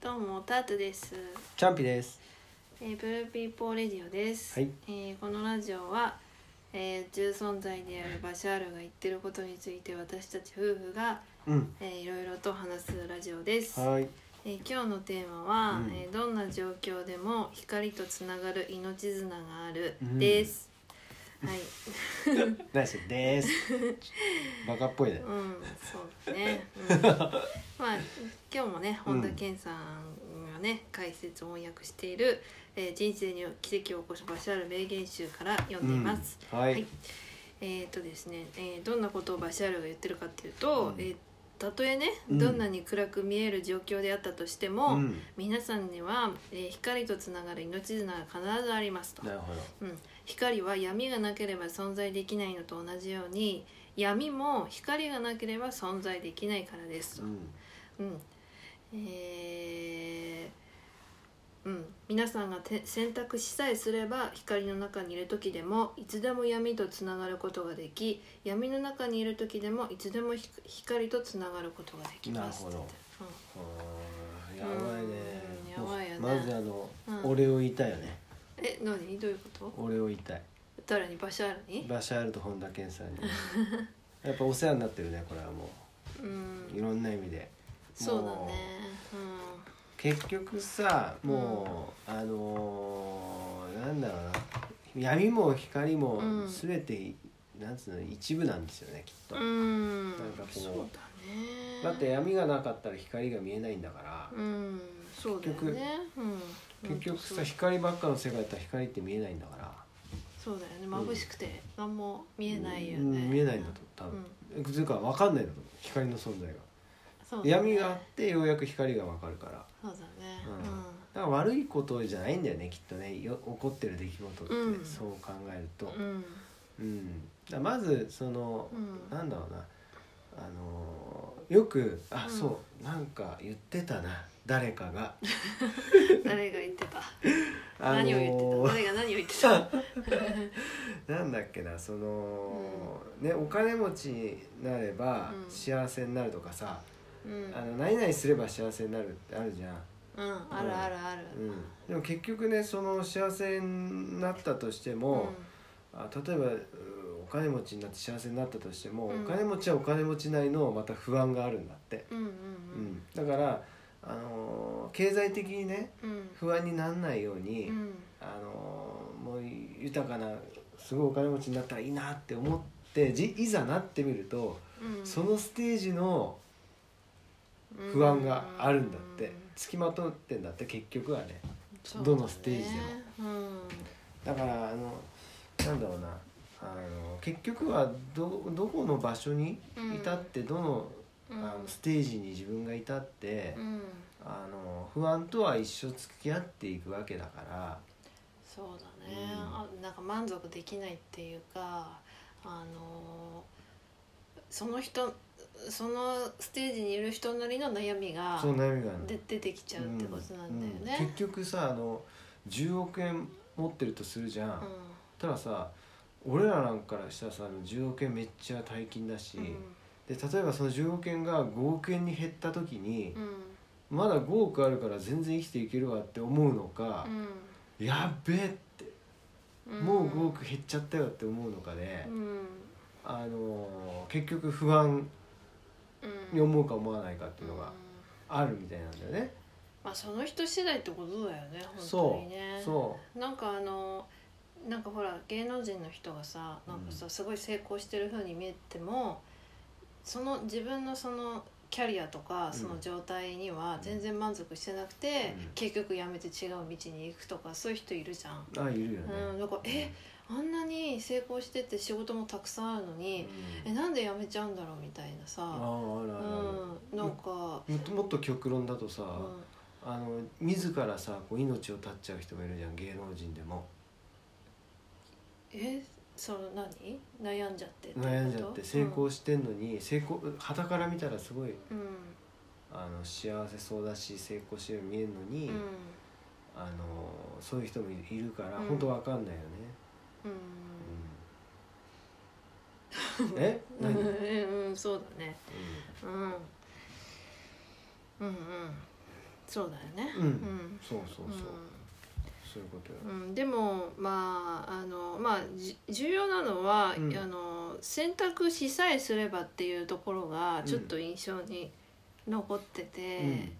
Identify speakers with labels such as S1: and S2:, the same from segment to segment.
S1: どうもタートです、
S2: チャンピです。
S1: えー、ブルーピーポーレディオです、
S2: はい
S1: えーこのラジオは、えー、宇宙存在であるバシャールが言ってることについて私たち夫婦が、
S2: うん。
S1: えー、いろいろと話すラジオです、
S2: はい。
S1: えー、今日のテーマは、
S2: うん
S1: えーどんな状況でも光とつながる命綱がある
S2: うん
S1: です、はい、
S2: ナイス です。バカっぽいね。
S1: うん、そうね、うん、まあ今日もね本田健さんがね解説翻訳している、えー人生に奇跡を起こすバシャール名言集」から読んでいます。
S2: うんはい。
S1: はいえっ、とですね、えーどんなことをバシャールが言ってるかっていうと、
S2: うん
S1: えーたとえね
S2: うん
S1: どんなに暗く見える状況であったとしても、
S2: うん。
S1: 皆さんには、えー光とつながる命綱が必ずありますと。
S2: なるほど。
S1: うん、光は闇がなければ存在できないのと同じように闇も光がなければ存在できないからですと、
S2: うん。
S1: うんえーうん、皆さんがて選択しさえすれば光の中にいる時でもいつでも闇とつながることができ闇の中にいる時でもいつでもひ光とつながることができます
S2: なるほど
S1: って言って
S2: あーやばいね
S1: うん。やばいよね
S2: まずあの、
S1: うん
S2: 俺を言いたいよね。
S1: え何どういうこと
S2: 俺を言いたい。
S1: 誰にバシャールに
S2: バシャールと本田健さん に。やっぱお世話になってるね。これはも
S1: う
S2: う
S1: ん
S2: いろんな意味で。
S1: そうだねう
S2: も
S1: ん
S2: 結局さ、もう、あのーなんだろうな。闇も光も
S1: うん
S2: 全て、なんつうの一部なんですよね。きっと。
S1: うん
S2: なんかこう
S1: そうだね
S2: だって闇がなかったら光が見えないんだから、
S1: うんそうだよねうん、
S2: 結局
S1: ほ
S2: さ
S1: んと
S2: 光ばっかの世界だったら光って見えないんだから
S1: そうそうだよね眩しくて何も見えないよ
S2: うん
S1: ね、
S2: 見えないんだと多分、つうか分かんないんだと思う光の存在が、
S1: そうだね
S2: 闇があってようやく光が分かるからだか
S1: そうだね
S2: ら悪いことじゃないんだよねきっとねよ起こってる出来事って、ね
S1: うん
S2: そう考えると
S1: う、ん
S2: うんだからまずその、
S1: うん
S2: なんだろうなあのーよくあ、
S1: うん
S2: そうなんか言ってたな誰かが
S1: うん、誰が言ってた、
S2: あのー
S1: 何を言ってた誰が何を言ってた
S2: なんだっけなその、ねお金持ちになれば
S1: うん
S2: 幸せになるとかさ、
S1: うん
S2: あの何々すれば幸せになるってあるじゃん、
S1: うんあるあるある
S2: うん、でも結局ねその幸せになったとして
S1: うん
S2: も、あ例えばうんお金持ちになって幸せになったとしても、
S1: うん
S2: お金持ちはお金持ちなりのまた不安があるんだって、
S1: うんうん
S2: うん、だから、あのー経済的にね
S1: うんうん
S2: 不安にならないように、
S1: うん
S2: あのーもう豊かなすごいお金持ちになったらいいなって思ってじいざなってみると、
S1: うん
S2: そのステージの不安があるんだって、つきまとってんだって結局はね
S1: そうだね
S2: どのステージで
S1: うん
S2: だからあのなんだろうなあの結局はどどこの場所にいたって、どの
S1: うん
S2: あのステージに自分がいたって、
S1: うん
S2: あの不安とは一生付き合っていくわけだから。
S1: そうだね、
S2: うん
S1: あなんか満足できないっていうかあのーその人そのステージにいる人なりの悩みが
S2: その悩みがあるの
S1: で出てきちゃうってことなんだよ
S2: うんうん
S1: ね
S2: 結。局さあの10億円持ってるとするじゃん、たださ俺らなんからしたらさあの10億円めっちゃ大金だし、
S1: うん
S2: で例えばその10億円が5億円に減った時に
S1: う、ん
S2: まだ5億あるから全然生きていけるわって思うのか
S1: う、ん
S2: やっべえって
S1: うん
S2: もう5億減っちゃったよって思うのかで、
S1: うん
S2: あのー結局不安
S1: うん
S2: に思うか思わないかっていうの
S1: う
S2: が
S1: ん
S2: あるみたいなんだよね。
S1: まあその人次第ってことだよね本当
S2: そ
S1: にね
S2: うそ
S1: なんかあのなんかほら芸能人の人がさなんかさすごい成功してる風に見えてもその自分のそのキャリアとかその状態には全然満足してなくて、
S2: うん
S1: 結局やめて違う道に行くとかそういう人いるじゃん。
S2: うあいるよね。
S1: うん、だからえあんなに成功してて仕事もたくさんあるのに、
S2: うん
S1: えなんで辞めちゃうんだろうみたいなさ、
S2: あああるあるある
S1: うん、なんか、
S2: もっともっと極論だとさ、
S1: うん、
S2: あの自らさこう命を絶っちゃう人もいるじゃん芸能人でも
S1: えその何悩んじゃってってこと
S2: 悩んじゃって成功してんのに、成功傍から見たらすごい
S1: うん、
S2: あの幸せそうだし成功してるように見えるのに、
S1: うんうん
S2: あのそういう人もいるから、
S1: うん
S2: 本当わかんないよね、
S1: う
S2: うんえ
S1: ん、
S2: 何、うん
S1: うん、うん、そうだね。うん。うん、うん。そうだよね
S2: うん
S1: うん
S2: そうそうそう、そういうことよ
S1: うんうんでもまああのまあじ重要なのは、
S2: うん
S1: あの選択しさえすればっていうところがちょっと印象に残ってて、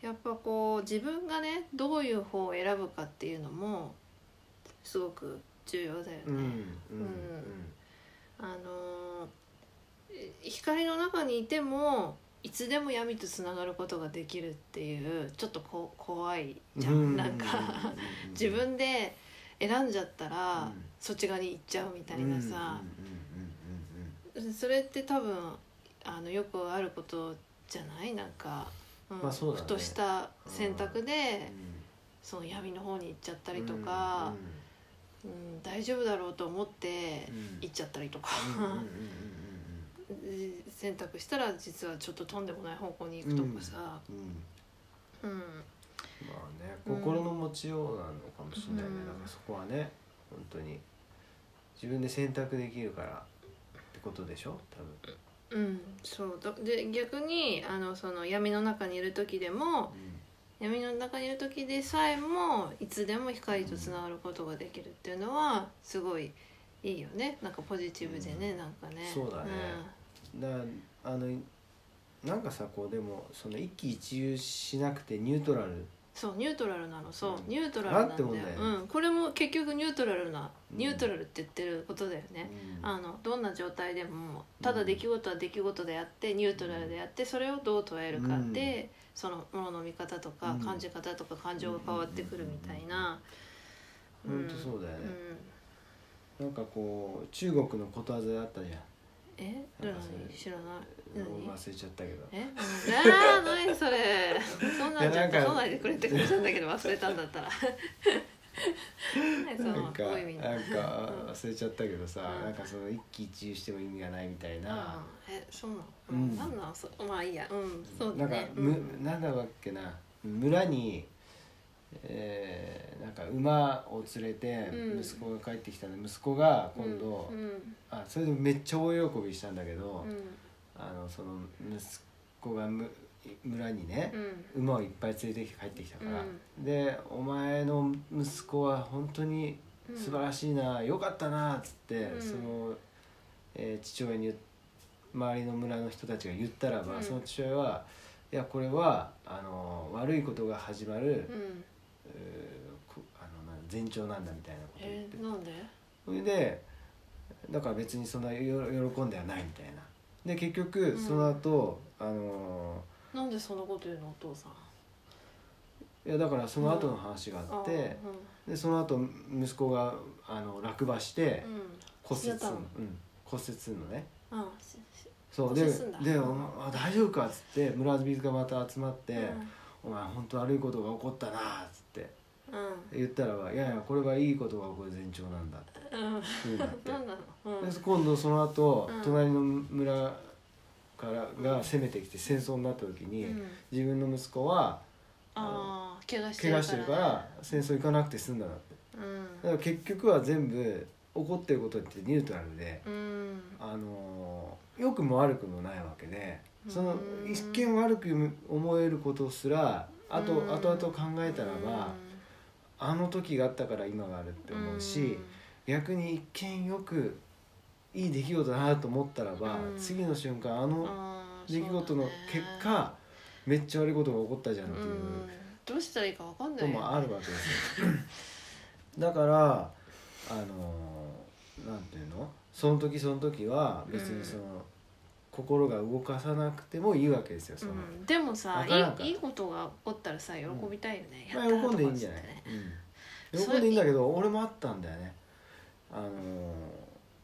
S1: やっぱこう自分がねどういう方を選ぶかっていうのもすごく重要だよね。
S2: うんうんうん
S1: あのえ光の中にいてもいつでも闇とつながることができるっていうちょっとこ怖いじゃん、
S2: うん
S1: なんか
S2: うん
S1: 自分で選んじゃったら、
S2: うん
S1: そっち側に行っちゃうみたいなさ、
S2: うん
S1: それって多分あのよくあることじゃないなんか、うん
S2: まあそうだね
S1: ふとした選択
S2: うんうんうんうん
S1: で、
S2: うん
S1: その闇の方に行っちゃったりとか、うん大丈夫だろうと思って
S2: うんうん
S1: 行っちゃったりとか。
S2: うんうんうんうんうん
S1: 選択したら実はちょっととんでもない方向に行くとかさ、
S2: うんう
S1: う
S2: ん
S1: ん
S2: まあね
S1: うん
S2: 心の持ちようなのかもしれないね、
S1: うん
S2: だからそこはね本当に自分で選択できるからってことでしょ多分
S1: うんそうだで逆にあのその闇の中にいる時でも闇の中にいる時でさえもいつでも光とつながることができるっていうのはすごいいいよねなんかポジティブでね、
S2: うん
S1: なんかね
S2: そうだねだからあのなんかさこうでもその一喜一憂しなくてニュートラル
S1: そうニュートラルなのそう、
S2: うん
S1: ニュートラルなんだよ
S2: なんてもんだよ
S1: うん、これも結局ニュートラルな、
S2: うん
S1: ニュートラルって言ってることだよね、
S2: うん
S1: あのどんな状態でもただ出来事は出来事であって、ニュートラルであってそれをどう捉えるかで、そのものの見方とか、
S2: うん
S1: 感じ方とか感情が変わってくるみたいな。
S2: うんうんうんうんほんとそうだよねなんかこう中国のことわざだったじゃん
S1: うんえ
S2: な
S1: 何
S2: んかそれ
S1: 知らない
S2: もう
S1: 何
S2: 忘れちゃったけど
S1: えうんあー何そ れそんなん
S2: い
S1: じ
S2: や
S1: ゃ
S2: なんか
S1: そんなんでくれって感じなんだけど忘れたんだったら何そ
S2: なん
S1: の
S2: か
S1: 濃い意味の
S2: なんか
S1: うん
S2: 忘れちゃったけどさ、
S1: うん
S2: なんかその一喜一憂しても意味がないみたいな、
S1: えそうなの、
S2: う
S1: うんん、なんなんそまあいいやうんそうだ
S2: なんか
S1: ね、
S2: む、
S1: うん
S2: なんだっけな村に、えーなんか馬を連れて
S1: うん
S2: 息子が帰ってきたの、息子が今度、
S1: うんうん
S2: あそれでめっちゃ大喜びしたんだけど、
S1: うん
S2: あのその息子がむ村にね、
S1: うん
S2: 馬をいっぱい連れてきて帰ってきたから、で「お前の息子は本当に素晴らしいな、よかったな」っつって、
S1: うん
S2: その、えー父親に言っ周りの村の人たちが言ったらば、
S1: うん
S2: その父親は「いやこれはあの悪いことが始まる、
S1: うん
S2: えーこあのなん前兆なんだ」みたいなことを言っ
S1: え
S2: て、
S1: なんで
S2: それでだから別にそんなよ喜んではないみたいな。で結局
S1: ん
S2: その後、あの
S1: なんでそんなこと言うのお父さん
S2: いやだからその後の話があって、でその後息子があの落馬して
S1: うんうん
S2: 骨折する
S1: やっ
S2: の
S1: たの、
S2: うん、骨折するのね
S1: あしし
S2: そう
S1: 骨
S2: で
S1: 折すんだ
S2: でお前あ大丈夫か」っつって村人がまた集まって
S1: うん
S2: 「お前本当悪いことが起こったな」っつって
S1: うん
S2: 言ったらば「いやいやこれはいいことが起こる前兆なんだ」って
S1: うん
S2: 言うんだって
S1: なんなのうん
S2: で今度その後、
S1: うん
S2: 隣の村からが攻めてきて戦争になった時に、
S1: うん
S2: 自分の息子は
S1: ああ怪我して
S2: 怪
S1: る
S2: 我
S1: か
S2: してる
S1: ら
S2: から戦争行かなくて済んだんだって
S1: うん
S2: だから結局は全部起こってることってニュートラルで、
S1: うん
S2: あのー良くも悪くもないわけでその
S1: うん
S2: 一見悪く思えることすらあと
S1: うん
S2: 後々考えたらばあの時があったから今があるって思うし逆に一見よくいい出来事だなと思ったらば
S1: うん
S2: 次の瞬間あ
S1: うん
S2: の
S1: あー
S2: 出来事の
S1: そうだね
S2: 結果めっちゃ悪いことが起こったじゃんっ
S1: う
S2: ていうん
S1: どうしたらいいかわかん
S2: こ
S1: な
S2: と
S1: い
S2: もあるわけですよ だからあのなんていうのその時その時は別にその、心が動かさなくてもいいわけですよその、
S1: うんでも
S2: わ
S1: さ
S2: からんから
S1: いいいいことが起こったらさ喜びたいよね
S2: まあ喜んでいいんじゃない、うん、喜んでいいんだけど俺もあったんだよねあの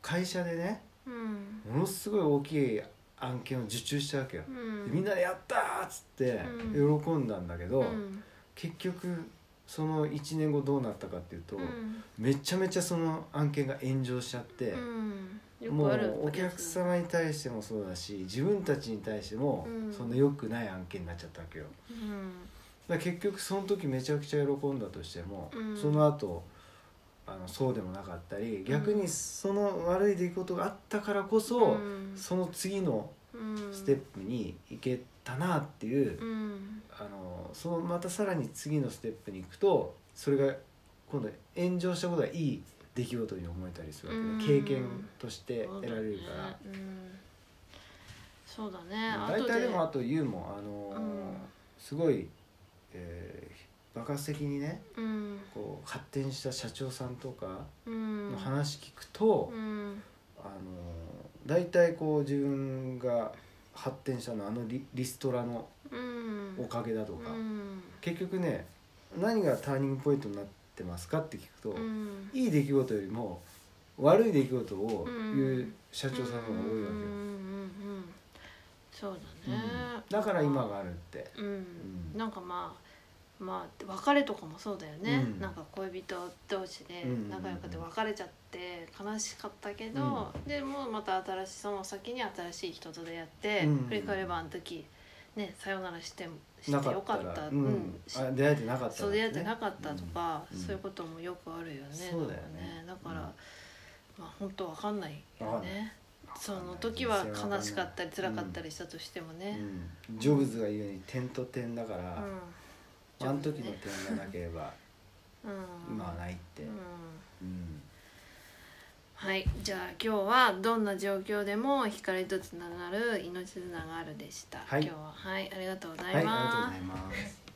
S2: 会社でね
S1: うん
S2: ものすごい大きい案件を受注したわけよ、
S1: うん
S2: みんなで「やった!」っつって
S1: う
S2: 喜んだんだけど、
S1: うん
S2: 結局その1年後どうなったかっていうと、
S1: うん
S2: めちゃめちゃその案件が炎上しちゃって、
S1: うんよ
S2: も
S1: くある
S2: うお客様に対してもそうだし自分たちに対しても
S1: うん
S2: そんな良くない案件になっちゃったわけよ
S1: うん
S2: だから結局その時めちゃくちゃ喜んだとしても、
S1: うん
S2: その後あのそうでもなかったり逆にその悪い出来事があったからこそ、
S1: うん
S2: その次の
S1: うん
S2: ステップに行けたなっていう、
S1: うん
S2: あのそのまたさらに次のステップに行くとそれが今度炎上したことがいい出来事に思えたりするわけで、
S1: うん
S2: 経験として得られるから。
S1: そうだねうんそうだね
S2: 大
S1: 後
S2: 体でもあとユウもあのー
S1: うん
S2: すごい、えー爆発的にね
S1: うん
S2: こう発展した社長さんとか
S1: うん
S2: の話聞くと、
S1: うん
S2: あのー大体こう自分が発展したのはあのリリストラの
S1: うん
S2: おかげだとか、
S1: うん
S2: 結局ね何がターニングポイントになってますかって聞くと、
S1: うん
S2: いい出来事よりも悪い出来事を
S1: う
S2: 言うん社長さんの方が多いわ
S1: うん
S2: け
S1: うんうん
S2: よ、
S1: うんそうだ
S2: うん
S1: ね、
S2: だから今があるって。
S1: うん、
S2: うん
S1: なんかまあまあ別れとかもそうだよね、
S2: うん
S1: なんか恋人同士で
S2: うんうんうん
S1: 仲良くて別れちゃって悲しかったけど、でもうまた新しいその先に新しい人と出会って、
S2: うんうん
S1: 振り返ればあの時ねさよならしてして
S2: な
S1: よ
S2: か
S1: か
S2: っ
S1: ったた
S2: ら、う
S1: うん
S2: ん、
S1: し
S2: あ出会えてなかったらね
S1: そう出会ってなかったとか、
S2: うん
S1: そういうこともよくあるよね,、
S2: そうだよね
S1: なんかだから、
S2: うん
S1: まあ本当わかんない
S2: わか
S1: よ
S2: んな
S1: ねその時は悲しかったり辛かったりしたとしても
S2: う
S1: ね、
S2: ん、ジョブズが言うように点と点だか
S1: う
S2: ら、
S1: ん
S2: あの時の点がなければ
S1: うん
S2: 今はないって、
S1: う
S2: うんん
S1: はいじゃあ今日はどんな状況でも光とつながる命つながるでした、
S2: はい
S1: 今日ははいありがとうござ
S2: はいあ
S1: い
S2: りがと
S1: ま
S2: うご
S1: す
S2: ざいます